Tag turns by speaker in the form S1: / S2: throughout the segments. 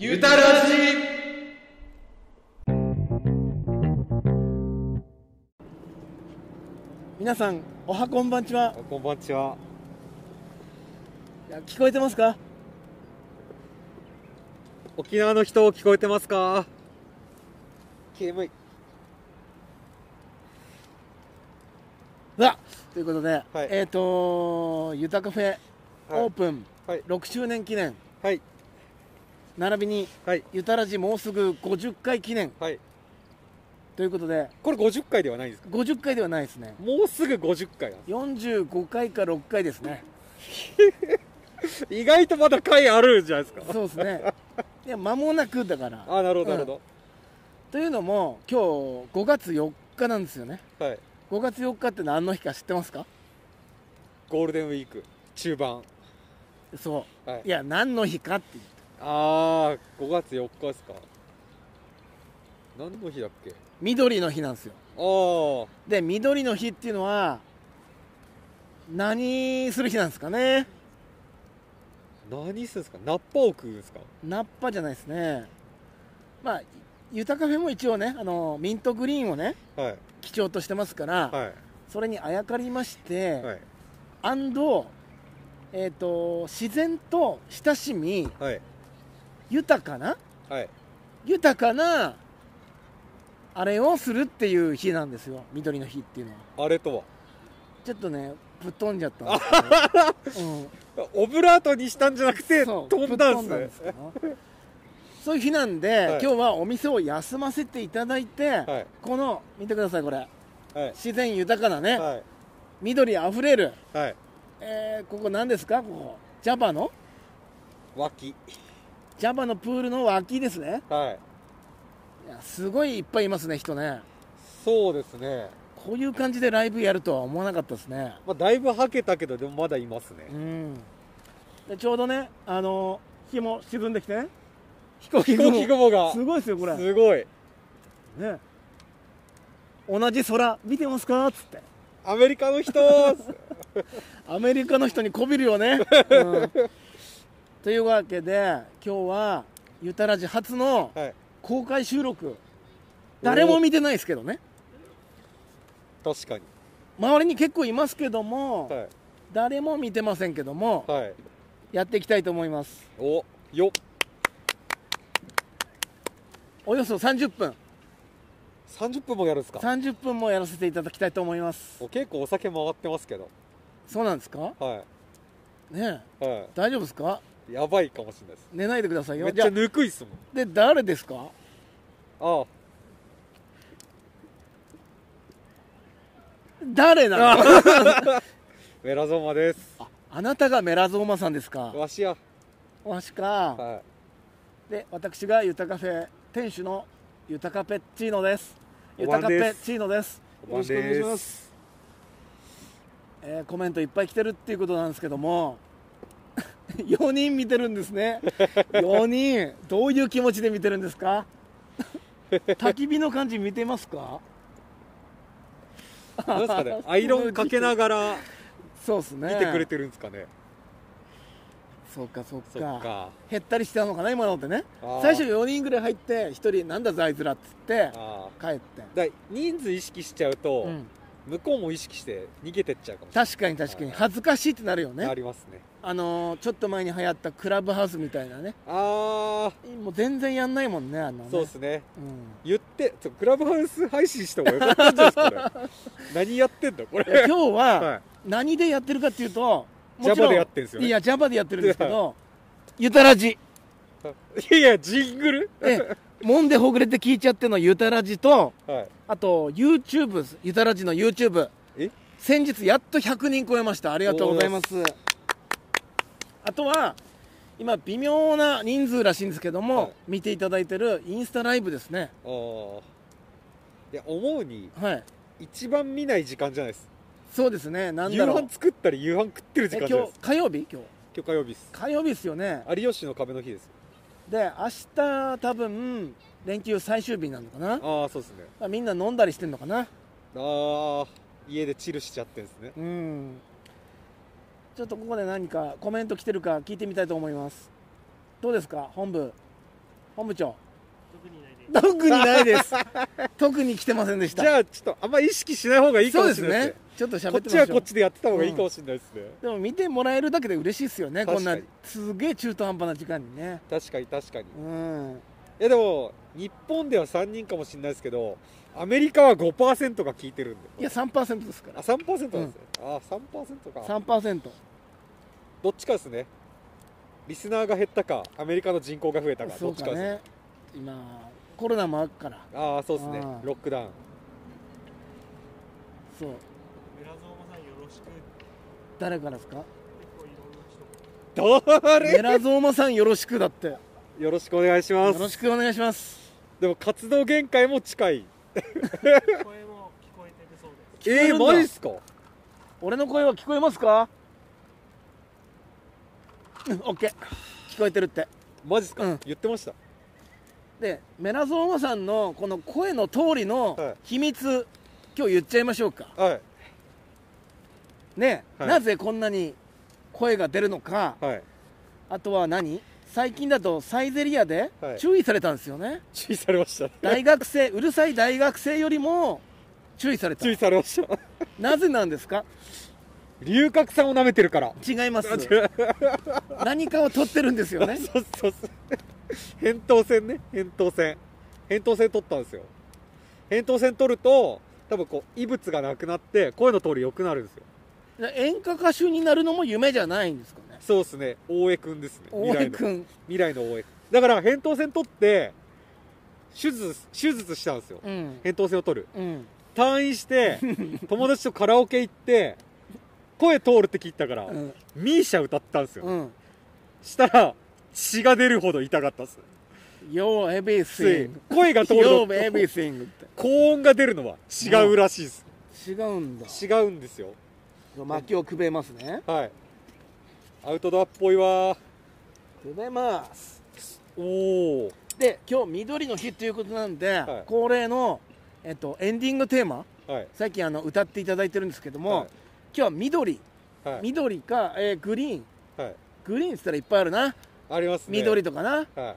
S1: ゆたらじ
S2: 皆さんおはこんばんちは
S3: こんばんちは。
S2: いや聞こえてますか
S3: 沖縄の人聞こえてますか。煙。
S2: うわということで、
S3: はい
S2: えっ、とゆたカフェ
S3: はい
S2: オープン
S3: はい
S2: 6周年記念
S3: はい
S2: 並びに
S3: はい
S2: ゆたらじもうすぐ50回記念
S3: はい。
S2: ということで
S3: これ50回ではないんですか。
S2: 50回ではないですね
S3: もうすぐ50回なんで
S2: 45回か6回ですね
S3: す。意外とまだ回あるんじゃないですか。
S2: そうです ねいや間もなくだから
S3: あ、なるほどなる
S2: うん
S3: ほ
S2: というのも今日5月4日なんですよね
S3: ど。はい。
S2: 5月4日って何の日か知ってますか
S3: ゴールデンウィーク中盤。
S2: そ
S3: はいう
S2: い。や何の日かって言って
S3: ああ、5月4日ですか。何の日だっけ。
S2: 緑の日なんですよ
S3: ああ。
S2: で緑の日っていうのは何する日なんですかね
S3: 何するんですか。ナッパを食うんですか。
S2: ナッパじゃないですねまあゆたカフェも一応ねあのミントグリーンをね
S3: はい
S2: 基調としてますから、
S3: は
S2: それにあやかりまして、
S3: いはい
S2: アンドえっ、と自然と親しみ
S3: はい
S2: 豊かな
S3: はい。
S2: 豊かなあれをするっていう日なんですよ緑の日っていうのは
S3: あれとは。
S2: ちょっとねぶっ飛んじゃったんですけ ど、うん、
S3: オブラートにしたんじゃなくて
S2: そう
S3: 飛んだん
S2: ぶっ飛ん
S3: で
S2: です
S3: す
S2: け
S3: ね。
S2: ど そういう日なんで、
S3: はい
S2: 今日はお店を休ませていただいて、
S3: はい
S2: この見てくださいこれ
S3: はい
S2: 自然豊かなね、
S3: はい
S2: 緑あふれる、
S3: はい。
S2: えーここ何ですかここジャパの
S3: 脇。
S2: ジャパのプールの脇ですね
S3: はい。
S2: いやすごいいっぱいいますね人ね
S3: そうですね。
S2: こういう感じでライブやるとは思わなかったですね
S3: まあ、だいぶはけたけど、でもまだいますね
S2: う。んでちょうどねあの日も沈んでき てね飛行機
S3: 飛行機雲が。
S2: すごいですよこれ
S3: すごい。
S2: ね同じ空見てますかっつって
S3: アメリカの人は
S2: アメリカの人にこびるよね、うんというわけで今日はゆたらじ初の
S3: い。
S2: 公開収録誰も見てないですけどね
S3: 確かに。
S2: 周りに結構いますけども、
S3: は
S2: 誰も見てませんけども
S3: い。はい。
S2: やっていきたいと思います
S3: お、よ
S2: およそ30分
S3: 30分もやるんですか
S2: 30分もやらせていただきたいと思います
S3: お結構お酒回ってますけど。
S2: そうなんですか
S3: は
S2: ねえ
S3: い。は
S2: 大丈夫ですか
S3: い。やばいかもしれないです。
S2: 寝ないでください
S3: め
S2: よ
S3: っ
S2: じ
S3: ち
S2: ゃ
S3: ゃ
S2: あ
S3: ぬくいっす
S2: で誰ですか
S3: もん。あ
S2: 誰なの
S3: あ、メラゾーマです。
S2: ああなたがメラゾーマさんですか
S3: わしや。
S2: わしか、
S3: は
S2: で私がゆたカフェ店主のゆたかペッチーノですゆ
S3: お
S2: た
S3: ばん
S2: かペ
S3: です
S2: ッチーノです
S3: い。
S2: よろしくお願いします、
S3: す。
S2: えーコメントいっぱい来てるっていうことなんですけども 4人見てるんですね4人どういう気持ちで見てるんです か焚き火の感じ見てますか
S3: なんですかね。アイロンかけながら
S2: そうですね
S3: 見てくれてるんですかね。
S2: そうかそうか
S3: そっか。
S2: 減ったりしてたのかな今のってね
S3: あー
S2: 最初4人ぐらい入って1人なんだザイズラっつって
S3: ああ。
S2: 帰って
S3: だから人数意識しちゃうと、
S2: うん
S3: 向こうも意識して逃げてっちゃうかもしれ
S2: 確かに確かに恥ずかしいってなるよ
S3: ない、
S2: ね
S3: ありますね
S2: あのーちょっと前に流行ったクラブハウスみたいなね
S3: あ
S2: もう全然やんないもんねあんなの
S3: あ
S2: ね
S3: そうですね
S2: うん
S3: 言ってちょクラブハウス配信した方がよかったんじゃないです かね何やってんだこ
S2: いや
S3: れ
S2: 今日 は
S3: は
S2: 何でやってるかっていうと
S3: Java でやってんすよね
S2: いや Java でやってるんですけ どゆたらじ
S3: い、いやジングル、
S2: えもんでほぐれて聞いちゃってのゆたらじと
S3: はい、
S2: あと YouTube ですゆたらじの YouTube
S3: え
S2: 先日やっと100人超えましたありがとうございますあとは今微妙な人数らしいんですけども、
S3: はい
S2: 見ていただいてるインスタライブですね
S3: あーいや思うに
S2: はい
S3: 一番見ない時間じゃないです
S2: そうですねなん
S3: 夕
S2: だろう
S3: 飯作ったり夕飯食ってる時
S2: え
S3: 間じゃない
S2: 今日
S3: です
S2: 火曜日今日
S3: 今日火曜日です
S2: 火曜日ですよね
S3: 有吉の壁の日です
S2: で明日多分連休最終日なのかな
S3: ああそうですね
S2: まあみんな飲んだりしてんのかな
S3: ああ家でチルしちゃってんですね
S2: うんちょっとここで何かコメント来てるか聞いてみたいと思いますどうですか本部ハムちゃん
S1: 特にないです
S2: 特にないです 特に来てませんでした
S3: じゃあちょっとあんま意識しない方がいいか
S2: そう
S3: も
S2: で
S3: し
S2: す
S3: れないで
S2: ね
S3: すね
S2: ちょっと
S3: こ
S2: 喋
S3: っ
S2: って
S3: ち
S2: みま
S3: は
S2: し
S3: こ
S2: ょ
S3: っ
S2: う
S3: ちでやってた方がいいかもしれないですね、
S2: でも見てもらえるだけで嬉しいですよねこんな
S3: 確か
S2: すげえ中途半端な時間にね
S3: 確かに確かに
S2: うん
S3: いやでも日本では3人かもしれないですけどアメリカは5%が効いてるんで
S2: いや3%ですか
S3: あ
S2: ら
S3: 3%なんですね、あ3%か
S2: 3%
S3: どっちかですねリスナーが減ったかアメリカの人口が増えたか
S2: そ
S3: ど
S2: う
S3: っち
S2: か
S3: かですね
S2: ね今コロナもあるから
S3: ああそうですね
S2: あー
S3: ロックダウン
S2: そう
S1: 村蔵さんよろしく結
S2: 誰からですか
S1: 構いろんな人が
S2: メ
S3: 誰
S2: ラゾーマさんよろしくだってよ
S3: よろしくお願いします
S2: ろしくお願いします
S3: でも活動限界も近い
S1: 声も聞こえてるそうです
S2: こえ
S3: え
S2: る
S3: ー、
S2: んだ
S3: マジっすか
S2: 俺の声は聞こえますかうんオッケー聞こえてるって
S3: マジっすか、
S2: うん
S3: 言ってました
S2: でメラゾーマさんのこの声の通り
S3: はい
S2: の秘密、今日言っちゃいましょうか
S3: はい
S2: ね、
S3: はい
S2: なぜこんなに声が出るのか
S3: はい
S2: あとは何最近だとサイゼリアで
S3: はい
S2: 注意されたんですよね、
S3: 注意されました
S2: 大学生うるさい大学生よりも注意された
S3: 注意されました
S2: なぜなんですか
S3: 龍角散を舐めてるから
S2: 違います
S3: あ違う
S2: 何かを取ってるんですよね
S3: そうそうそう扁桃腺ね扁桃腺扁桃腺取ったんですよ扁桃腺取ると多分こう異物がなくなって声の通り良くなるんですよ
S2: 演歌歌手になるのも夢じゃないんですかね
S3: そうですね大江君ですね
S2: 大江
S3: 未来の
S2: 君
S3: 未来の大江君だから扁桃腺取って手術手術したんですよ
S2: うん
S3: 扁桃腺を取る
S2: うん
S3: 退院して 友達とカラオケ行って声通るって聞いたから、
S2: うん
S3: ミーシャ歌ったんですよ、
S2: うん
S3: したら血が出るほど痛かったっす
S2: Your
S3: つい
S2: everything
S3: 声が通る
S2: Your
S3: のと
S2: everything って
S3: 高音が出るのは違うらしいです、
S2: 違うんだ
S3: 違うんですよ
S2: 薪をくべますね
S3: はいアウトドアっぽいわ
S2: くべます
S3: おお
S2: で今日緑の日ということなんで、
S3: はい
S2: 恒例の、えっと、エンディングテーマ
S3: はい
S2: 最近あの歌っていただいてるんですけども、
S3: はい
S2: 今日は緑、
S3: はい、
S2: 緑か、えーグリーン
S3: はい、
S2: グリーンっつったらいっぱいあるな、
S3: ありますね
S2: 緑とかな
S3: は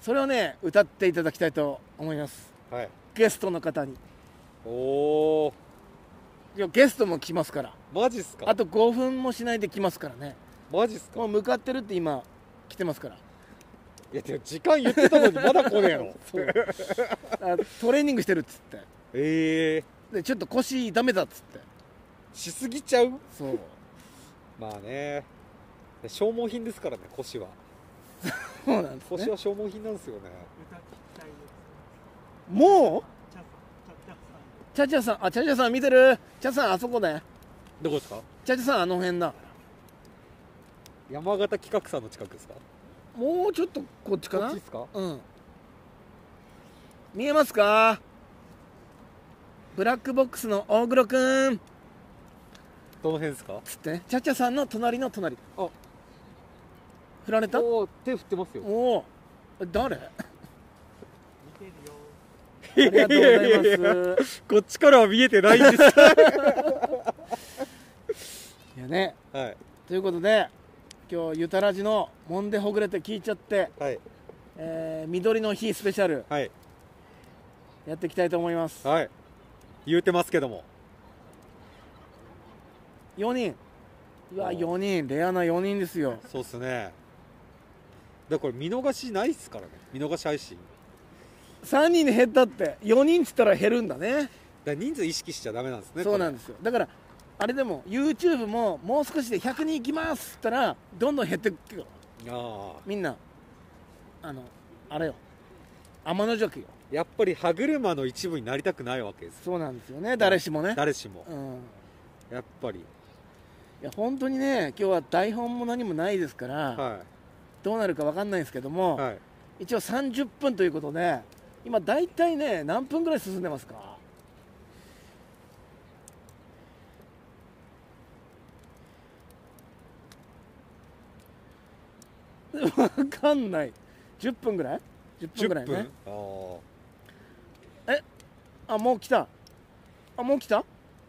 S2: それをね歌っていただきたいと思います
S3: いはい
S2: ゲストの方に
S3: おお
S2: いやゲストも来ますから
S3: マジっすか
S2: あと5分もしないで来ますからね
S3: マジっすか
S2: もう向かってるって今来て ますから
S3: いやでも時間言ってたのにまだ来ねえ の
S2: そうあトレーニングしてるっつって
S3: ええ
S2: でちょっと腰痛めたっつって
S3: しすぎちゃう
S2: そう
S3: まあね消耗品ですからね腰は
S2: そうなんです
S3: 腰
S2: ね
S3: は消耗品なんですよね
S1: 歌聞きたいです
S2: もう
S1: チャッチャッチャッさん
S2: チャチャさんあチャチャさん見てるチャチャさんあそこだよ
S3: どこですか
S2: チャチャさんあの辺だ
S3: 山形企画さんの近くですか
S2: もうちょっとこっちか
S3: こっ
S2: な
S3: ちですか
S2: うん見えますかブラックボックスの大黒くん
S3: どの辺ですか
S2: つってねチャチャさんの隣の隣
S3: あ
S2: 振られたお
S3: おお手振ってますよ
S2: お誰あ
S1: 見てるよ
S2: りがとうございます
S3: いやいやいこっち からは見えてないんです
S2: いやね
S3: はい
S2: ということで今日ゆたらじのもんでほぐれて聞いちゃって、
S3: はい
S2: えー、緑の日スペシャル
S3: はい
S2: やっていきたいと思います
S3: はい言うてますけども
S2: 4人うわ
S3: おう
S2: 4人レアな4人ですよ
S3: そうっすねだからこれ見逃しないっすからね見逃し配信
S2: 3人で減ったって4人っつったら減るんだね
S3: だから人数意識しちゃダメなんですね
S2: そうなんですすよだからあれでも YouTube ももう少しで100人いきますっつったらどんどん減ってくよ
S3: ああ
S2: みんなあのあれよ天の邪気よ
S3: やっぱり歯車の一部になりたくないわけです
S2: そうなんですよね誰しもね
S3: 誰しも
S2: うん
S3: やっぱり
S2: いや本当にね今日は台本も何もないですから、
S3: は
S2: どうなるか分かんないんですけど
S3: い
S2: も、
S3: はい
S2: 一応30分ということで今大体ね何分ぐらい進んでますか分かんない10分ぐらい10分ぐら
S3: 10
S2: い
S3: 分
S2: ね
S3: あ
S2: あもう来たあもう来た
S3: あ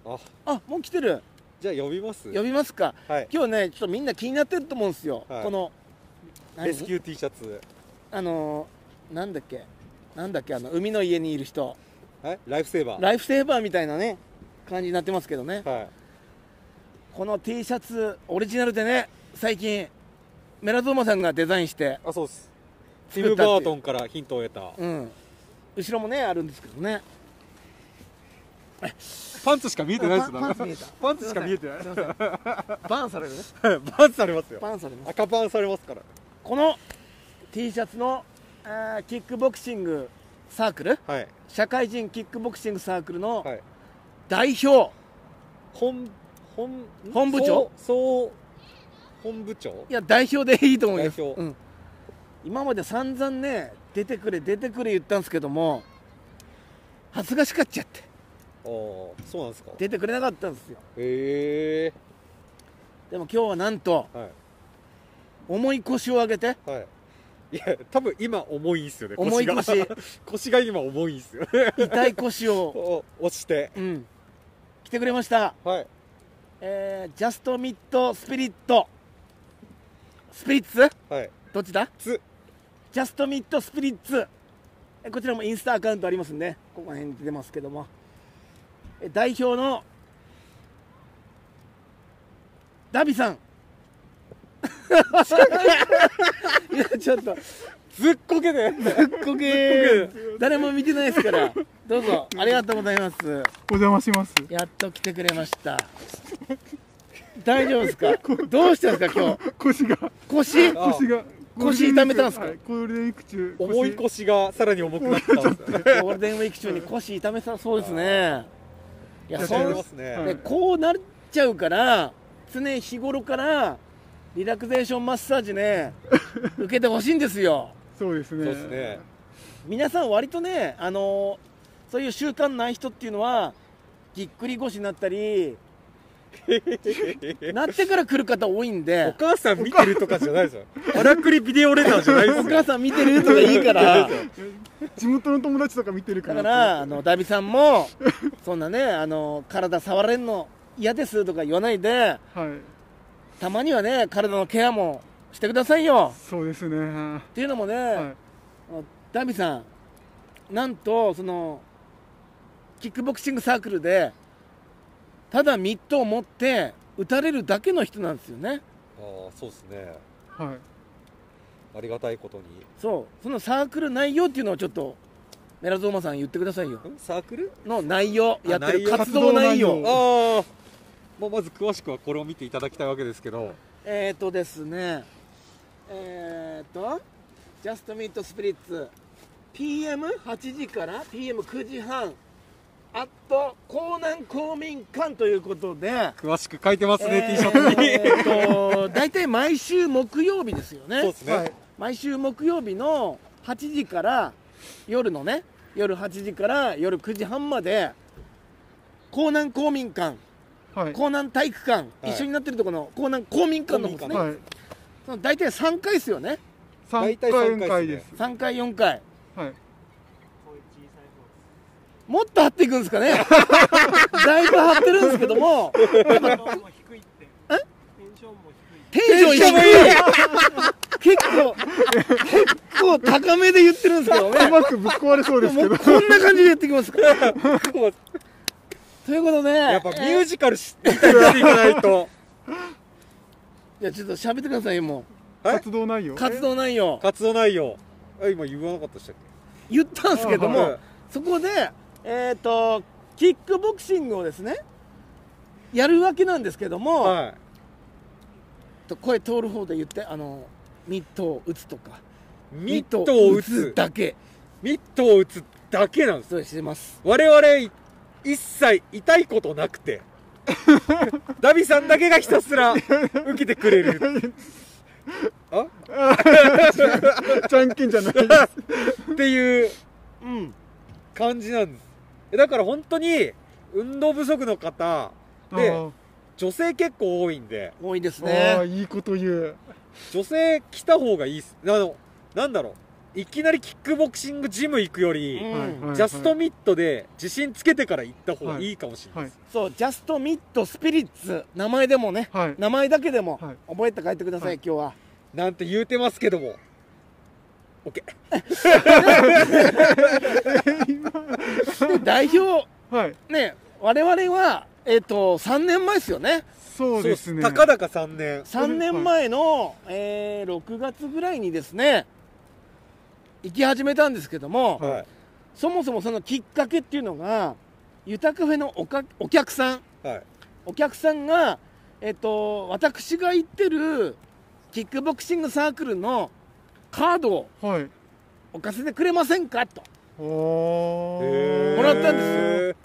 S3: あ
S2: あもう来てる
S3: じゃあ呼びます
S2: 呼びますか
S3: はい
S2: 今日ねちょっとみんな気になってると思うんですよ、
S3: はい
S2: この何
S3: レスキュー T シャツ
S2: あのなんだっけなんだっけあの海の家にいる人
S3: えライフセーバー
S2: ライフセーバーみたいなね感じになってますけどね
S3: はい
S2: この T シャツオリジナルでね最近メラゾーマさんがデザインして
S3: あそうですティ
S2: 作っ
S3: ム・
S2: たっていう
S3: バートンからヒントを得た
S2: うん後ろもねあるんですけどね
S3: パンツしか見えてないです
S2: パンツ見えた
S3: パンツしか見えてない
S2: すいませんすいませんバンされるね
S3: パンツされますよ
S2: バンされます
S3: 赤パンされますから
S2: この T シャツのあーキックボクシングサークル
S3: はい
S2: 社会人キックボクシングサークルの
S3: はい
S2: 代表
S3: 本本
S2: 本部長
S3: そうそう本部長
S2: いや代表でいいと思います、
S3: 代表
S2: うん、今まで散々ね出てくれ出てくれ言ったんですけども恥ずかしかっちゃって
S3: ああそうなんですかへ
S2: 出てくれなかったんですよ
S3: え
S2: でも今日はなんと
S3: はい
S2: 重い腰を上げ て
S3: はいいや多分今重いんすよね
S2: 重い
S3: が
S2: 腰
S3: 腰が今重いんすよ
S2: 痛い腰を、
S3: お押して
S2: うん、来てくれました、
S3: はい
S2: えージャストミッドスピリットスピリッツ
S3: はい
S2: どっちだ
S3: つ
S2: ジャストミッドスピリッツえこちらもインスタアカウントありますんでここら辺に出てますけどもえ代表のダビ さんいやちょっと
S3: ずっこけで
S2: ずっこけ誰も見てないですからどうぞありがとうございます
S1: お邪魔します
S2: やっと来てくれました大丈夫ですかどうしたんですか今日
S1: 腰が
S2: 腰
S3: あ腰
S1: が
S2: 腰痛めたんすかはい
S1: ゴールデンウィーク中
S3: 重い腰がさらに重くなったんですよね
S2: ゴールデンウィーク中に腰痛めさそうですねいや
S1: あ
S2: そ
S1: りがとうござ
S2: ん
S1: います
S3: ね
S1: は
S2: でこうなっちゃうから常日頃からリラクゼーションマッサージ ね受けてほしいんですよ
S1: そうですね
S3: そうですね
S2: 皆さん割とねあのそういう習慣ない人っていうのはぎっくり腰になった りなってから来る方多いん
S3: お
S2: で
S3: 母さん見てるとかじゃないですよからくりビデオレターじゃないで
S2: お
S3: す
S2: 母
S3: よ
S2: さん見てるとかい いから
S1: 地元の友達とか見てるか
S2: だ
S1: ら
S2: からあのダビさん もそんなねあの体触られるの嫌ですとか言わないで
S1: はい
S2: たまにはね体のケアもしてくださいよ
S1: そうですねは
S2: っていうのもね、
S1: い
S2: あのダミさんなんとそのキックボクシングサークルでただミットを持って打たれるだけの人なんですよね
S3: ああそうですね
S1: はい
S3: ありがたいことに
S2: そうそのサークル内容っていうのをちょっとメラゾーマさん言ってくださいよ
S3: んサークル
S2: の内容
S3: あ
S2: やって
S3: 内
S2: る
S3: 容
S2: 活動内容
S1: 活動内容
S3: ああ、まあ、まず詳しくはこれを見ていただきたいわけですけど
S2: えっ、ー、とですねえっ、ー、とジャストミットスピリッツ PM8 時から PM9 時半あと江南公民館ということで
S3: 詳しく書いてますね、
S2: え
S3: T シ ャツに、
S2: えーと大体毎週木曜日ですよね
S3: そうですね、
S1: はい
S2: 毎週木曜日の8時から夜のね夜8時から夜9時半まで江南公民館
S1: はい
S2: 江南体育館、
S3: はい
S2: 一緒になってるところの江南公民館の方ですね、
S1: はい
S2: その大体3回ですよね
S1: 三
S3: 大体
S1: 回
S3: 三回
S1: 4回です
S2: 3回4回
S1: はい
S4: こういう小さい方
S2: もっと張っていくんですかね だいぶ張ってるんですけども
S4: テンションも低いってテンションも低い
S2: テンション低い結構結構高めで言ってるんですけどね
S1: うまくぶっ壊れそうです
S2: も
S1: け
S2: う
S1: ど
S2: こんな感じでやっていきますから。ということで、
S3: やっぱミュー
S2: ジ
S3: ジカルしみたいにしていかないと
S2: いや、ちょっと喋ってくださいよ、も
S3: え
S1: 活動内容
S2: う。活動内容。
S3: 活動内容あ今言わなかったでしたっ
S2: 言ったんですけど
S3: け
S2: も、そこで、えっ、と、キックボクシングをですね、やるわけなんですけども、
S3: は
S2: と声通る方で言って、あの、ミットを打つとか、
S3: いミットを打つ
S2: だけ、
S3: ミットを打つだけなんです
S2: そうしてます。
S3: 我々一切痛いことなく てダビさんだけがひたすら受けてくれるあ
S1: じゃんけんじゃない
S3: っていう
S2: うん。
S3: 感じなんですえだから本当に運動不足の方で
S1: あ
S3: 女性結構多いんで
S2: 多いです
S1: ーあ
S2: ね。
S1: ーいいこと言う
S3: 女性来た方がいいっすあのなんだろういきなりキックボクシングジム行くより、
S2: うん
S1: はいはいはい
S3: ジャストミットで自信つけてから行った方がいいかもしれないで
S1: はい
S3: す、
S2: そう、ジャストミットスピリッツ、名前でもね、
S1: はい
S2: 名前だけでも
S1: はい
S2: 覚えて帰ってください、
S1: はい
S2: 今日は。
S3: なんて言うてますけどもオッケー
S2: で代表
S1: はい
S2: ね我々はえっ、と3年前ですよね
S1: そうですね
S3: たかだか3年
S2: 3年前の、えー6月ぐらいにですね行き始めたんですけども、
S3: はい
S2: そもそもそのきっかけっていうのがゆたカフェのおかお客さん
S3: はい
S2: お客さんが、えっと、私が行ってるキックボクシングサークルのカードを
S1: はい
S2: 置かせてくれませんかと
S1: お
S3: へー
S1: ー
S2: もらったんで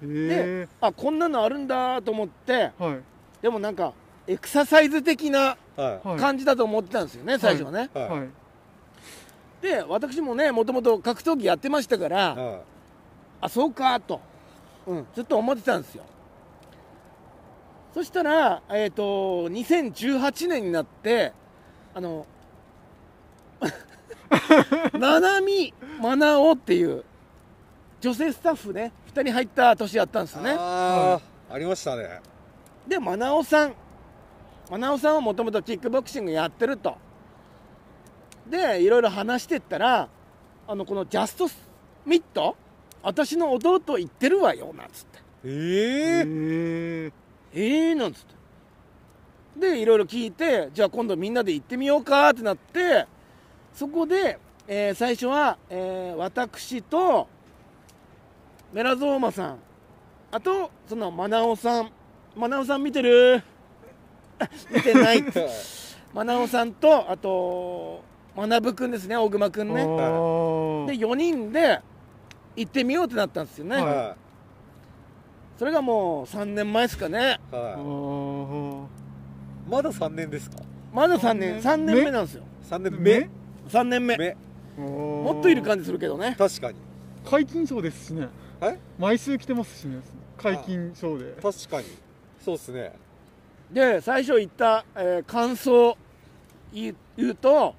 S2: すよ
S1: へ
S2: あこんなのあるんだと思って
S1: ーはい
S2: でもなんかエクササイズ的な
S3: は
S1: はい
S2: 感じだと思ってたんですよね、最初はね、
S3: いはい
S1: はい
S2: で私もねもともと格闘技やってましたから、
S3: は
S2: あそうかと、うん、ずっと思ってたんですよそしたら、えっと2018年になってあの ななみまなおっていう女性スタッフね2人入った年やったんですよ
S3: い
S2: ね
S3: ああありましたね
S2: でまなおさんまなおさんはもともとキックボクシングやってるとでいろいろ話してったらあのこのジャストミット私の弟行ってるわよなんつって
S3: ええ
S1: え
S2: ええなんつってでいろいろ聞いてじゃあ今度みんなで行ってみようかってなってそこで、えー最初は、えー私とメラゾーマさんあとそのマナオさんマナオさん見てる 見てないマナオさんとあとマナブくんですね大熊くんねで4人で行ってみようってなったんですよね、
S1: はい
S3: は
S2: それがもう3年前ですかね
S3: いは
S1: あ
S3: いまだ3年ですか
S2: まだ3年3年目なんですよ
S3: 3年目
S1: 目
S2: 3年目
S3: 目
S1: も
S2: もっといる感じするけどね
S3: 確かに
S1: 解禁賞ですしね
S3: え
S1: 毎週来てますしね解禁賞で
S3: 確かにそうですね
S2: で最初言った、えー感想言う言うと、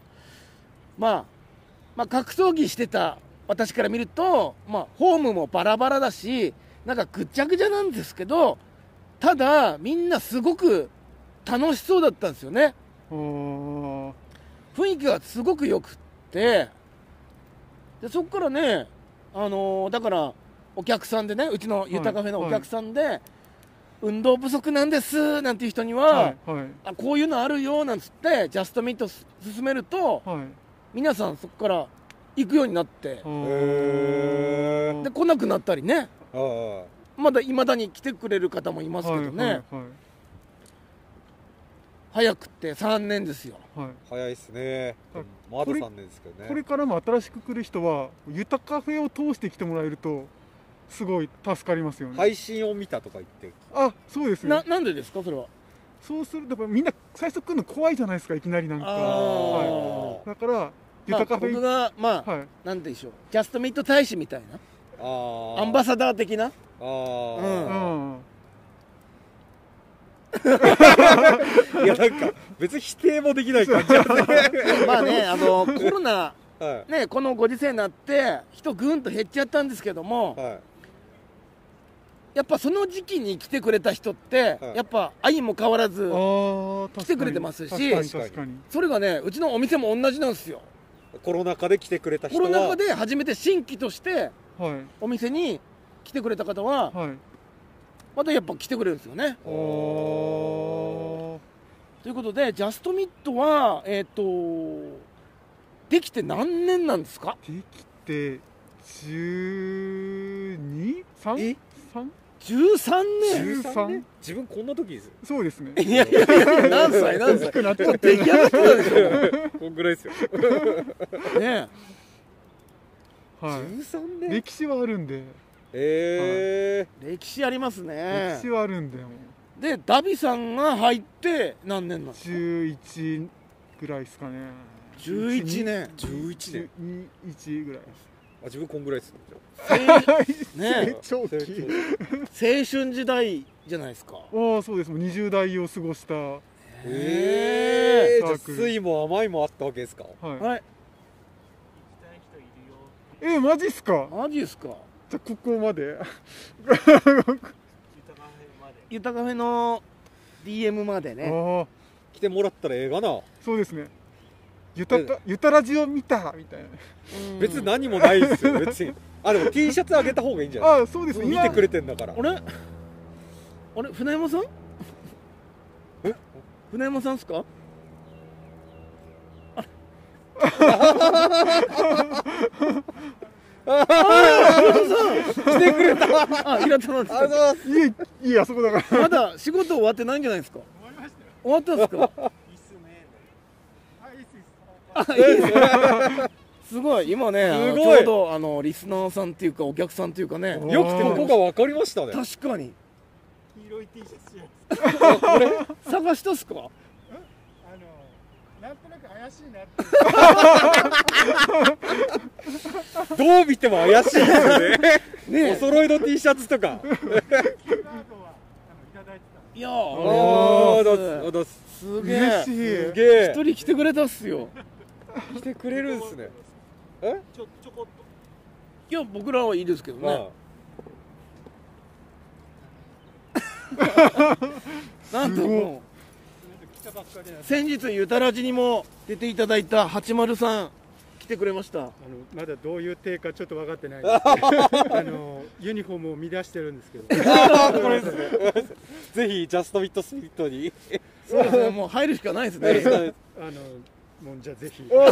S2: まあ、まあ格闘技してた私から見ると、まあ、ホームもバラバラだしなんかぐっちゃぐちゃなんですけどただみんなすごく楽しそうだったんですよね
S1: あー
S2: 雰囲気がすごくよくってでそこからね、あのーだからお客さんでねうちのゆたカフェのお客さんで、運動不足なんですなんていう人には、
S1: はいはい
S2: あこういうのあるよなんつってジャストミートす進めると
S1: はい
S2: 皆さんそこから行くようになって
S1: あー
S3: へー
S2: で来なくなったりね
S3: ああ
S2: まだいまだに来てくれる方もいますけどね、
S1: はいはい
S2: 早くって3年ですよ
S1: はいはい
S3: 早いですね
S1: はい
S3: まだ
S1: これ
S3: 3年ですけどね
S1: これからも新しく来る人はゆたカフェを通して来てもらえるとすごい助かりますよね、
S3: 配信を見たとか言って
S1: あそうです
S2: な
S1: ね
S2: なんでですかそれは
S1: そうするとやっぱみんな最初来るの怖いじゃないですかいきなりなん
S2: あ
S1: か
S2: ー
S1: だからゆ
S2: まあ
S1: たカフェ
S2: 僕
S1: 行っ
S2: がまあ、
S1: はい
S2: なんて言うんでしょうジャストミート大使みたい
S3: ああ
S2: なアンバサダー的な
S3: あ
S1: う
S3: あ、
S1: ん
S3: いやなんか別に否定もできない感じ ですね
S2: まあねあのコロナ
S3: は
S2: ねこのご時世になって人ぐんと減っちゃったんですけども、
S3: いはい
S2: やっぱその時期に来てくれた人って、
S3: はい
S2: やっぱ相も変わらず
S1: あー確かに
S2: 来てくれてますし
S1: 確かに確かに
S2: それがねうちのお店も同じなんですよ
S3: コロナ禍で来てくれた人
S2: コ
S3: は
S2: ロナ禍で初めて新規として
S1: はい
S2: お店に来てくれた方は
S1: はい
S2: またやっぱ来てくれるんですよね
S1: あー
S2: ということでジャストミットはえっ、とできて何年なんですか
S1: できて 12?3?
S3: え
S1: 三
S2: ?13 年
S1: 13ね
S3: 自分こんな時ですよ
S1: そうですね
S2: いやいやいや何歳何歳
S1: なって
S2: もう出来上がってたでし
S3: こんぐらいですよ
S2: ょね
S1: はい
S3: 13年
S1: 歴史はあるんで
S3: ええ
S2: 歴史ありますね
S1: 歴史はあるんでもう
S2: でダビさんが入って何年なんですか
S1: 11ぐらいですかね
S2: 11年
S3: 11年
S1: 21ぐらい
S3: あ自分こんぐらいですよ
S2: ね
S1: 成長期
S3: 成期
S2: 青春時代じゃないですか
S1: ああそうですもう20代を過ごしたは
S3: ええ
S1: サ
S3: じゃあ
S1: ークル
S3: 酸いも甘いもあったわけですか
S1: い
S2: はい
S4: きたい人いるよ
S1: えマジっすか
S2: マジですか
S1: じゃあここまで
S4: 豊かなまで
S2: ゆたカフェの DM までね
S1: ああ
S3: 来てもらったらええがな
S1: そうですねゆたかゆたラジオ見たみたい
S3: 別に何もないです よ別にあでも T シャツあげた方がいいんじゃ
S1: な
S3: ない
S1: ああそうです
S3: 見てくれてんだから
S2: あれあれ船山さん
S3: え
S2: 船山さんですか
S3: 来てくれたありが
S2: あ平田なんです
S3: とうご
S2: か
S3: ざいます
S1: いやいやあそこだから
S2: まだ仕事終わってないんじゃないですか
S4: 終わりましたよ
S2: 終わったんですか
S4: いいっすねあいいっすいいっす
S2: あいいですねすごい今ねあの
S3: すごい
S2: ちょうどあのリスナーさんっていうかお客さんっていうかね
S1: お
S3: よくてここが分かりましたね
S2: 確かに
S4: 黄色い T シャツじゃないですか
S2: 探したっすか
S4: あのなんとなく怪しいなって
S3: どう見ても怪しいですよね
S2: ね
S3: お
S2: え
S3: 揃いの T シャツとか
S4: いうカードはあのいただいてたんで
S2: いや
S3: あ
S2: ー
S3: ー
S2: あ
S3: ど
S2: りがとうございます
S3: うどうす
S2: すすげえ
S1: 嬉し
S3: す
S1: い
S3: げえ
S2: 一人来てくれたっすよ
S3: 来てくれるんすねえ
S4: ちょちょこっと
S2: いや僕らはいいですけどね、
S3: まあ
S2: なんとも
S4: 来たばっかりなん
S2: う
S4: で
S2: 先日ゆたらじにも出ていただいた八丸さん来てくれました
S5: あのまだどういう手かちょっと分かってないですあのユニフォームを乱してるんですけど
S3: あーこれですねぜひジャストビットスピットに
S2: そうですねもう入るしかないですね
S5: あのもんじゃぜひ
S2: 一人一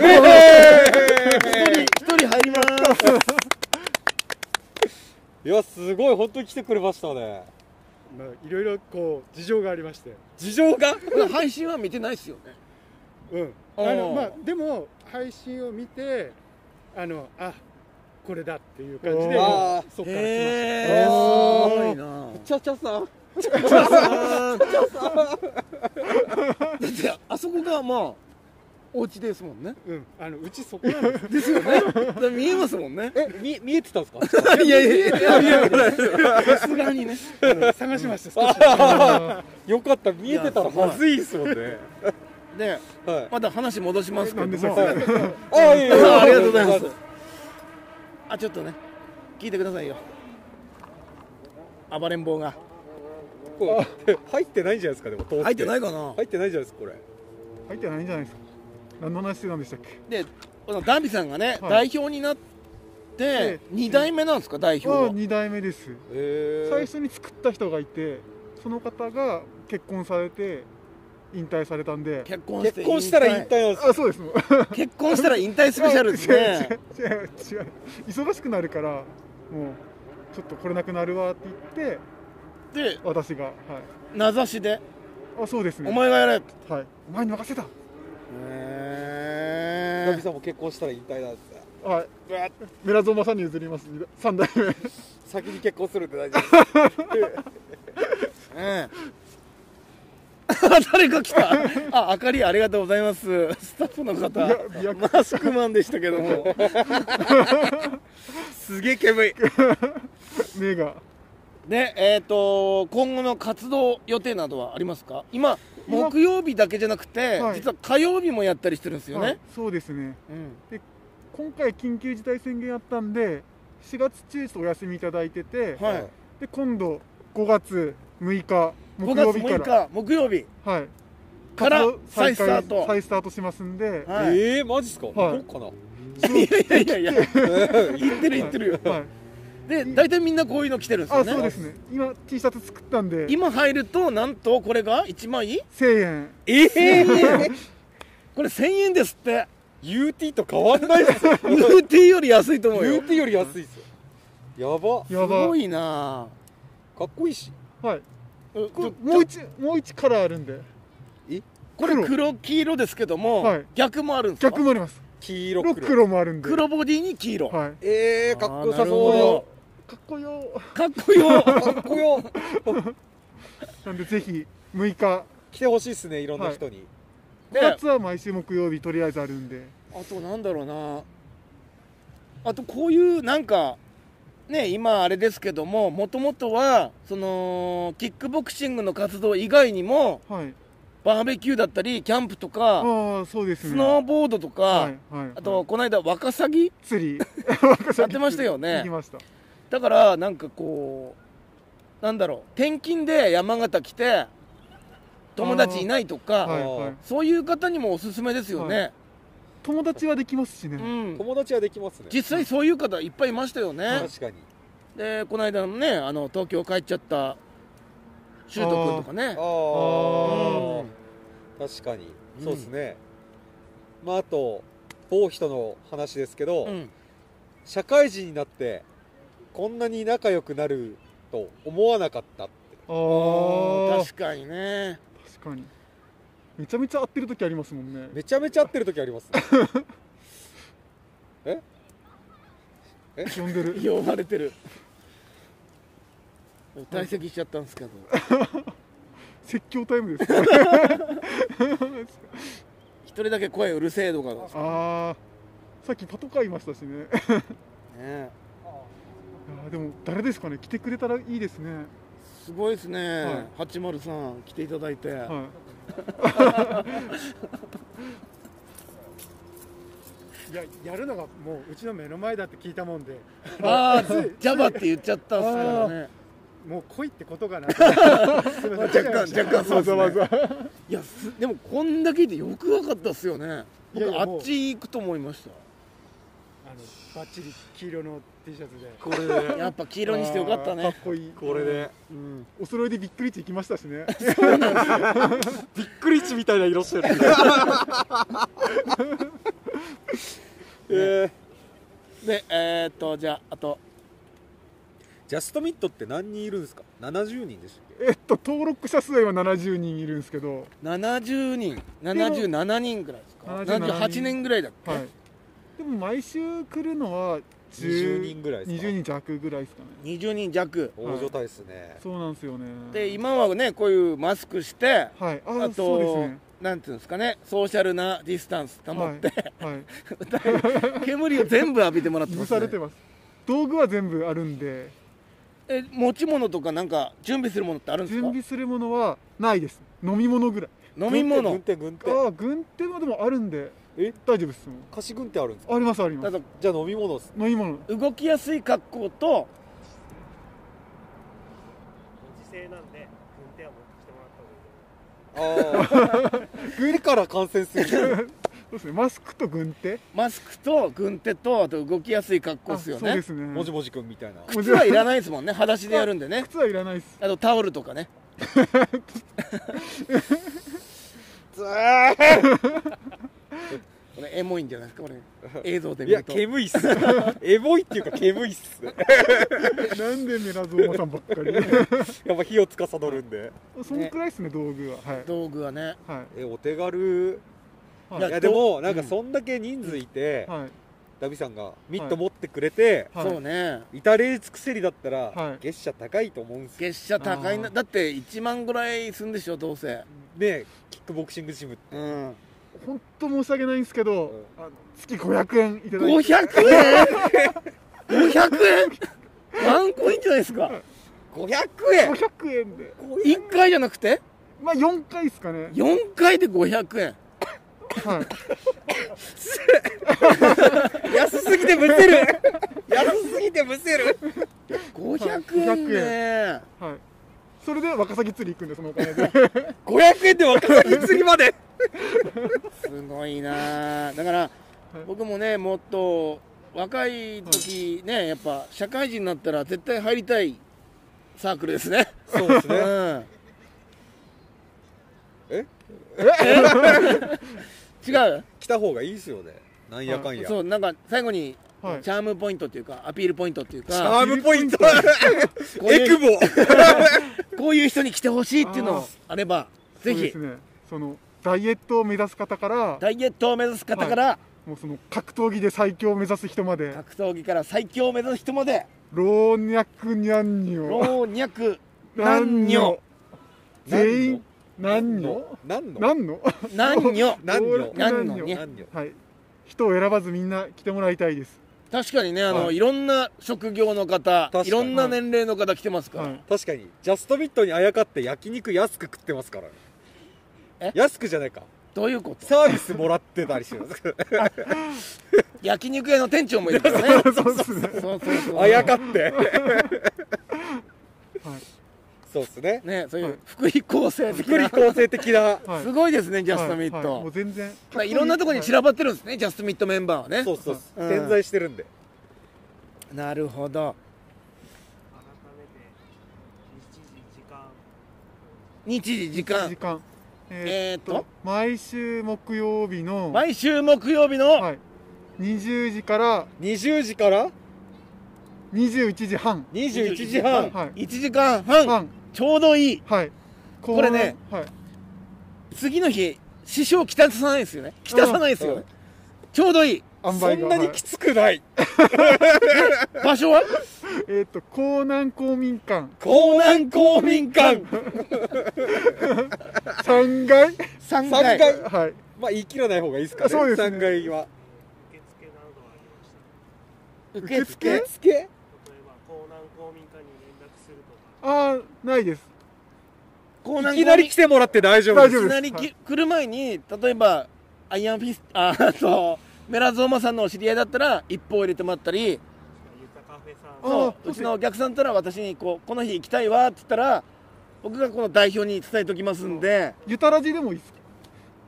S2: 人入ります
S3: いやすごい本当に来てくれましたね
S5: まあいろいろこう事情がありまして
S3: 事情が
S2: これ配信は見てないっすよねあ
S5: うん
S2: ー
S5: あのまあでも配信を見てあのあこれだっていう感じで
S1: おー
S5: もうそっから来まし
S2: へ
S5: た
S3: え
S2: ーす
S3: す
S2: ご
S3: ご
S2: い
S3: い
S2: な
S3: ちゃちゃさん
S2: だってあそこがまあお家ですもんね
S5: うんあのうちそこなんです
S2: ですよねだから見えますもんね
S3: え見見えてたんですか
S2: いやいやいやいやさすがにね
S5: あの探し ました少し
S3: よかった見えてたらまずいですもんね
S2: で
S3: はい
S2: まだ話戻しますけど
S1: なんで
S2: も
S1: さ
S2: はい
S3: あいえいえ
S2: あありがとうございます。あ、ちょっとね、聞いてくださいよ。暴れん坊が。
S3: こう入ってないんじゃないですかでも通って
S2: 入ってないいかな。
S3: 入ってないじゃないですかこれ
S1: 入ってないんじゃないですか何の話してたんでしたっけ
S2: で、このダンビさんがね、
S1: はい
S2: 代表になって
S1: え、
S2: 二代目なんですか、代表
S1: あ
S2: は。
S1: 2代目です
S3: え
S1: 最初に作った人がいてその方が結婚されて引退されたんで
S2: 結婚して
S3: 結婚したら引退なんです
S1: あそうです
S2: 結婚したら引退スペシャルですね
S1: 違う違う違う忙しくなるからもうちょっとこれなくなるわって言って
S2: で
S1: 私がはい
S2: 名指しで
S1: あそうです
S2: 「
S1: ね
S2: お前がやれ」って
S1: はい、お前に任せた
S3: ナビ
S2: へ
S3: さんも結婚したら引退なんですね
S1: はいメラゾーマさんに譲ります3代目
S3: 先に結婚するって大事です
S2: え 誰か来たああかりありがとうございますスタッフの
S1: いや
S2: 方
S1: ビア
S2: マスクマンでしたけども
S3: すげえ煙い
S1: 目が
S2: でえっ、と今後の活動予定などはありますか今
S1: 今
S2: 木曜日だけじゃなくて、
S1: はい
S2: 実は火曜日もやったりしてるんですよね、
S1: はいそうですね
S2: うん
S1: 今回緊急事態宣言やったんで4月中ちょっとお休みいただいてて、
S2: はい
S1: で今度5月6日
S2: 5
S1: 木曜
S2: 月
S1: 日
S2: 6
S1: から
S2: 日木曜日
S1: はい
S2: から
S1: 活動
S2: 再ス
S1: 再開
S2: タート、
S1: 再スタートしますんで、
S2: はいい
S3: えーマジっすか
S1: はい
S3: どうかな
S2: やいやいや言ってる言ってるよ
S1: はい、
S2: で大体みんなこういうの来てるんですよ
S1: あ
S2: ね
S1: そうですね今 T シャツ作ったんで
S2: 今入るとなんとこれが1枚
S1: 1000円
S3: ええ
S2: これ1000円ですって
S3: UT と変わんないです よ
S2: UT より安いと思うよ
S3: UT より安いですよやば
S1: や
S2: すご
S1: ば
S2: いな
S3: かっこいいし
S1: はい
S2: ぁ
S1: こもう一もう一カラーあるんで
S2: これ
S1: 黒
S2: 黒黄色ですけども、
S1: はい
S2: 逆もあるんですか
S1: 逆もあります
S3: 黄色
S1: 黒
S3: 黒
S1: 黒もあるんで
S2: 黒ボディに黄色、
S1: はい
S3: えー、かっこよさ
S2: そ
S3: そう
S1: かっこよ
S2: うかっこよ
S3: うかっこよ
S1: なんでぜひ6日
S3: 来てほしいっすねいろんな人に、
S1: 5月は毎週木曜日とりあえずあるんで
S2: あとなんだろうなあとこういうなんかね今あれですけどももともとはそのキックボクシングの活動以外にも
S1: はい
S2: バーベキューだったりキャンプと
S1: ああ
S2: か
S1: ーそうですね
S2: スノーボードとか、
S1: はいはい
S2: あとこの間ワカサギ
S1: 釣り
S2: やってましたよね
S1: 行きました
S2: だからなんかこうなんだろう転勤で山形来て友達いないとか、
S1: はいはい
S2: そういう方にもおすすめですよね、
S1: は友達はできますし
S2: う
S1: ね、
S2: ん、
S3: 友達はできますね
S2: 実際そういう方いっぱいいましたよね、
S3: 確かに
S2: でこの間のねあの東京帰っちゃった修斗君とかね
S3: ああ、
S1: うん
S3: 確かに
S2: うん
S3: そうですね、まああと某人の話ですけど、
S2: うん、
S3: 社会人になってこんなに仲良くなると思わなかったって
S1: ああ
S2: 確かにね
S1: 確かにめちゃめちゃ合ってる時ありますもんね
S3: めちゃめちゃ合ってる時ありますね
S1: 呼んでる
S2: 呼ばれてる退席しちゃったんですけど
S1: 説教タ イムです
S2: 一人だけ声うるせえとかね
S1: ああさっきパトカーいましたしねいやでも誰ですかね来てくれたらいいですね
S2: すごいです
S1: は
S2: ね、八丸さん来ていただいて、
S1: は
S5: ややるのがもううちの目の前だって聞いたもんで
S2: ああジャバって言っちゃったっすからね
S5: もう来いってこと かなすいません
S2: まあ若干若干そうっすね
S1: わざわ
S2: いやすでもこんだけでよくわかったっすよね
S5: い
S2: 僕
S5: やいや
S2: あ
S5: もう
S2: っち行くと思いまし
S5: あのバッチリ黄色の T シャツで
S3: これで
S2: たやっぱ黄色にしてよかった
S1: あー
S2: ね
S1: かっこいい
S3: これで
S2: うん
S1: お揃いでびっくりって行きましたしね
S3: びっくりちみたいな色してる えー
S2: でえー、っとじゃああと
S3: ジャストミットって何人いるんですか70人でしたっけ
S1: えっと登録者数は今70人いるんですけど
S2: 70人77人ぐらいですか
S1: 77人
S2: 78人ぐらいだっけ、
S1: はいでも毎週来るのは
S3: 20人ぐらいですか
S1: 20人弱ぐらいですかね
S2: 20人弱
S3: 大所帯ですね、
S1: そうなんですよね
S2: で今はねこういうマスクして
S1: はいあ
S2: あ
S1: あそうです
S2: と、
S1: ね
S2: なんていうんですかねソーシャルなディスタンス保って、
S1: はい、はい、
S2: 煙を全部浴びてもらってま
S1: 潰
S2: す、
S1: され
S2: ね
S1: て、ます道具は全部あるんで
S2: え持ち物とかなんか準備するものってあるんです
S1: 準
S2: か
S1: 備するものはないです飲み物ぐらい
S2: 飲み物
S3: 軍手軍手軍
S1: ああ軍手もでもあるんで
S3: え
S1: 大丈夫ですも
S3: 手菓子軍手あるんですか
S1: んありますありま
S2: た
S1: す
S2: だ
S3: じゃあ飲み物っす
S1: 飲み物
S2: 動きやすい格好と
S4: 時勢なんで運転は持ってきてもらった方がいいと思います
S3: あ あ軍手から感染する
S1: そうですねマスクと軍手
S2: マスクと軍手とあと動きやすい格好
S1: あ
S2: ですよ
S1: そうで
S2: ね
S1: すね
S3: もじもじくんみたいな
S2: 靴はいらないですもんね裸足でやるんでね
S1: 靴はいらない です
S2: あとタオルとかねこれエモいんじゃないですかこれ 映像で
S3: い
S2: 見
S3: や
S2: ると
S3: 煙 いっすエモいっていうか煙いっす
S1: なんでメラゾーマさんばっか り
S3: やっぱ火を司るんで
S1: そんくらいですね道具ははい
S2: 道具はね
S1: はい
S3: えお手軽
S1: はい
S3: いやでもなんかそんだけ人数いて、
S1: はい
S3: ダビさんがミット持ってくれて、
S1: はい
S2: そうね
S3: 至れり尽くせりだったら、
S1: はい
S3: 月謝高いと思うんですよ
S2: 月謝高いな
S1: あー
S2: だって1万ぐらいすんでしょどうせ
S3: ねキックボクシングジムって
S2: うん
S1: 本当申し訳ないんですけど、あの月500円いただいて
S2: 500円500円ワンコインじゃないですか
S3: 500円
S1: 500円で
S2: 1回じゃなくて
S1: まあ4回ですかね
S2: 4回で500円
S1: はい
S3: 安すぎてむせる 安すぎてむせる
S2: 500円ね
S1: はいそれでワカサギ釣り行くんでそのお金で
S3: 500円で若さぎ釣りまです
S2: ごいなだから僕もねもっと若い時ねやっぱ社会人になったら絶対入りたいサークルですね
S3: そうです
S2: う
S3: ね
S2: ん
S3: え
S2: え 違う
S3: 来た方がいいですよねなんやかんや、
S2: そうなんか最後にチ
S1: はい
S2: ャームポイントっていうかアピールポイントっていう
S3: チ
S2: か
S3: ャームポイント
S2: こう
S3: エ
S2: い
S3: ク
S2: う
S3: ボ
S2: こういう人に来てほしいっていう
S1: あ
S2: の
S1: ー
S2: あれば
S1: そう
S2: ぜ
S1: で
S2: ひ
S1: すねそのダイエットを目指す方から
S2: ダイエットを目指す方から
S1: もうその格闘技で最強を目指す人まで
S2: 格闘技から最強を目指す人まで
S1: 老若男女
S2: 老若
S1: 男
S2: 男
S1: 女
S2: 女
S1: 全員男女
S3: 何の
S1: 何の
S2: 男女
S3: 何の
S2: 何の
S1: 何の
S2: ね
S3: 何よ
S1: はい人を選ばずみんな来てもらいたいで す
S2: 確かにねあの、、
S1: はい
S2: ろんな職業の方
S3: かに
S2: いろんな年齢の方来てますから、
S1: はい
S3: 確かにジャストミットにあやかって焼肉安く食ってますからね
S2: え
S3: 安くじゃないか
S2: どういうこと
S3: サービスもらってたりしてます
S2: 焼肉屋の店長もいるからねそう
S1: そうですね
S2: そうそう
S3: あやかって
S1: はい
S3: そうですね
S2: ねそうい
S1: は
S2: う
S1: い
S2: 福利厚生的
S3: 福利
S2: な
S3: 厚生的 な
S1: はい
S2: すごいですねジ
S1: ジ
S2: ャストミッ
S1: はいはい、も
S2: ト
S1: う全然
S2: まあいろんなところに散らばってるんですねジャストミットメンバーはね
S3: そうそうそう
S2: うん
S3: 点在してるんで
S2: なるほど
S4: 改めて日時時間
S2: 日時時間
S1: 時間え
S2: えー
S1: ーっ
S2: っと
S1: と毎週木曜日の、
S2: 毎週木曜日の
S1: はい、20時から
S3: 20時から
S1: 21時半
S3: 21時半
S1: はい
S2: 1時間半
S1: 半
S2: ちょうどいい
S1: はい
S2: これね
S1: 後半はい
S2: 次の日師匠きたさないですよねきたさないですよねちょうどいい
S1: 塩梅が
S3: そんなに
S1: はい
S3: きつくない
S2: 場所は
S1: えーっと江南公民館
S3: 江南公民館
S1: 3階
S2: 3
S3: 3
S2: 回
S3: 階
S1: はい
S3: まあ言い切らない方がいいですかね
S1: そうですね
S3: 3階は
S4: 受付などありました
S2: 受
S3: 受
S2: 付
S3: 付
S4: 例えば江南公民館に連絡するとか
S1: ああないです
S2: コーナー
S3: いきなり来てもらって大丈夫
S1: 大
S3: で
S1: 丈
S3: す
S2: い
S1: 夫
S2: きなりき来る前に例えばアイアンフィスああとメラゾーマさんのお知り合いだったら一報入れてもらったり
S4: ゆたカフェさんの
S1: あ
S2: そううちのお客さんったら私にこう「この日行きたいわ」って言ったら僕がこの代表に伝えておきますんで
S1: ゆたらじでもいいですか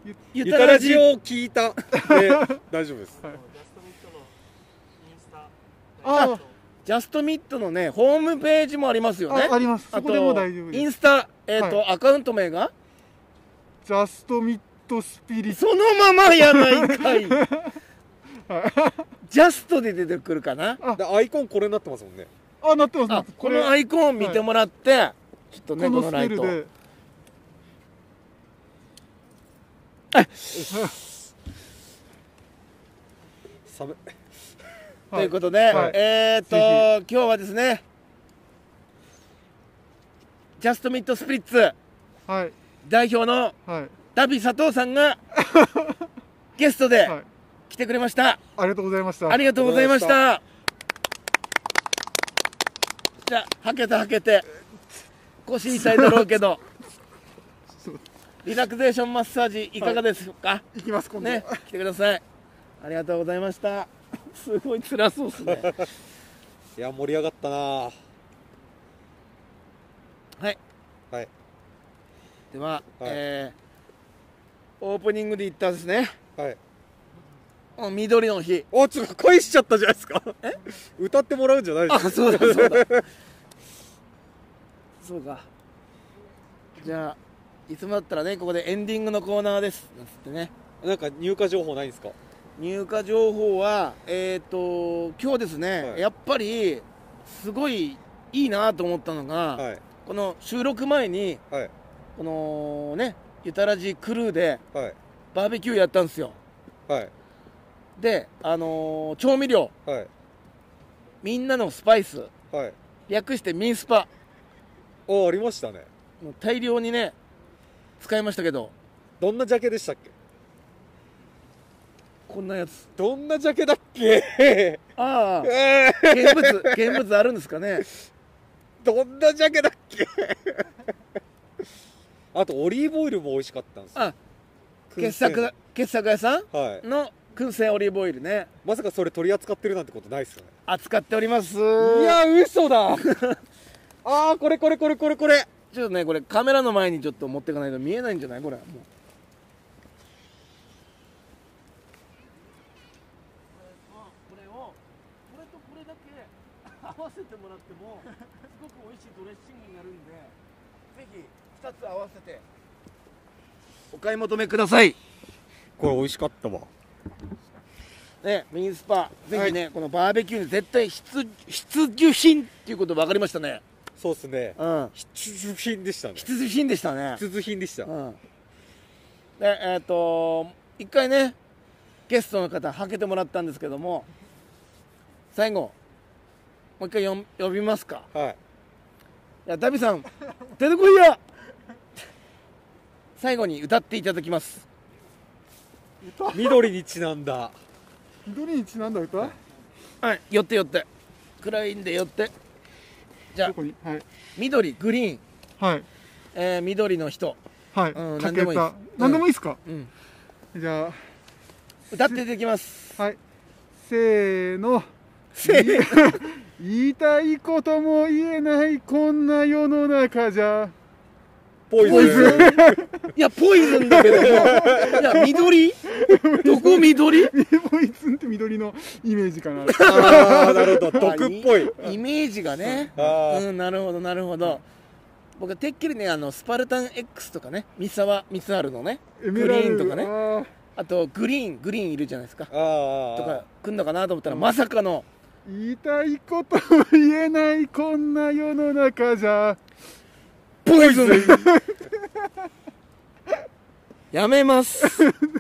S2: ゆ
S3: ゆたらじを聞いたで 大丈夫です
S4: ジャストミットのインスタ
S1: あ
S4: あ
S2: ジャストミットのねホームページもありますよね
S1: あありますそ
S2: あ
S1: こでも
S2: と
S1: 大丈夫
S2: イ
S1: で
S2: ン
S1: す
S2: スタ、えーと
S1: は
S2: アカウント名が
S1: ジャストミットスピリット
S2: そのままやないかい ジャストで出てくるかな
S3: でアイコンこれになってますもんね
S1: あなってますなっ
S2: あ
S1: てます
S2: このアイコン見てもらって、ちょっとね
S1: こ
S2: こ
S1: の
S2: の
S1: ス
S2: ラ
S1: ペ
S2: イ
S1: ル
S2: ト
S1: で
S3: 寒い
S2: ということで、
S1: はい
S2: えー、っと
S1: ぜ
S2: 今日はですねジャストミットスピリッツ
S1: はい
S2: 代表の
S1: はいはい
S2: ダビ佐藤さん がゲストで
S1: あ
S2: 来てくれました、
S1: りがとうございました
S2: ありがとうございましたじゃあはけてはけて腰痛いだろうけどリラクゼーションマッサージいかがですか、
S1: 行きます今度
S2: ね、来てください。ありがとうございました。すごい辛そうですね。
S3: いや盛り上がったなあ
S2: はい。
S3: はい。
S2: では、えーオープニングで言ったですね。
S3: はい
S2: この緑の日。
S3: おちょっと恋しちゃったじゃないですかえ歌ってもらうんじゃないで
S2: あ、
S3: すか
S2: そうだ、そうだ。 そうか。じゃあ、いつもだったらね、ここでエンディングのコーナーです。なんつってね。
S3: なんか入荷情報ないんですか
S2: 入荷情報は、えっ、と、今日ですね、
S3: はい
S2: やっぱり、すごいいいなと思ったのが、
S3: はい
S2: この収録前に、
S3: はい
S2: このねゆたらじクルーで
S3: はい
S2: バーベキューやったんですよ
S3: はい
S2: であのー調味料
S3: はい
S2: みんなのスパイス
S3: はい
S2: 略してミンスパ
S3: おありましたね
S2: もう大量にね使いましたけど
S3: どんなジャケでしたっけ
S2: こんなやつ
S3: どんなジャケだっけ
S2: ああ
S3: えー
S2: 現物現物あるんですかね
S3: どんなジャケだっけ あとオリーブオイルも美味しかったんですよ
S2: あ傑
S3: 燻製
S2: 作傑作屋さん
S3: のはい
S2: の燻製オリーブオイルね
S3: まさかそれ取り扱ってるなんてことないっすよね
S2: 扱っておりますい
S3: いや嘘だ あーこれこれこれこれこれ
S2: ちょっとねこれカメラの前にちょっと持っていかないと見えないんじゃないこれもう
S4: これをこれとこれだけ合わせてもらって もすごく美味しいドレッシングになるんで
S2: ぜひ2つ合わせてお買い求めください
S3: これ美味しかったわ
S2: ねミニスパぜひね、このバーベキューに絶対必必需品っていうこと分かりましたね
S3: そうっすね
S2: うん
S3: 必需品でしたね
S2: 必需品でしたね
S3: 必需品でした
S2: うんでえっ、と一回ねゲストの方はけてもらったんですけども最後もう一回よん呼びますか
S3: はい
S2: いやダビさん出てこいや最後に歌っていただきます
S3: 緑にちなんだ
S1: 緑にちなんだ歌
S2: はい寄って寄って暗いんで寄ってじゃあ
S1: どこにはい
S2: 緑グリーン、
S1: はい
S2: えー緑の人、
S1: はい
S2: うん
S1: か
S2: 何で
S1: け
S2: もいい
S1: た
S2: うん
S1: 何でもいいですか
S2: うん、
S1: じゃ
S2: 歌っていただきます
S1: あはいせーの
S2: せーの
S1: 言いたいことも言えないこんな世の中じゃ
S3: ポイズン
S2: ポイズンいやポイズンだけどもいや緑どこ緑イ
S1: ポイズンって緑のイメージか な
S3: ああなるほど毒っぽい
S2: メージがね
S3: あ
S2: うんなるほどなるほど僕はてっきりねあのスパルタン X とかね三沢光晴のね
S1: エ
S2: グリーンとか
S1: あ
S2: ね
S1: ー
S2: あとグリーングリーンいるじゃないですか
S3: あああ
S2: とか来んのかなと思ったらまさかの
S1: 言いたいことも言えないこんな世の中じゃ
S2: ポイズン やめます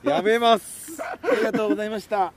S3: やめます
S2: ありがとうございました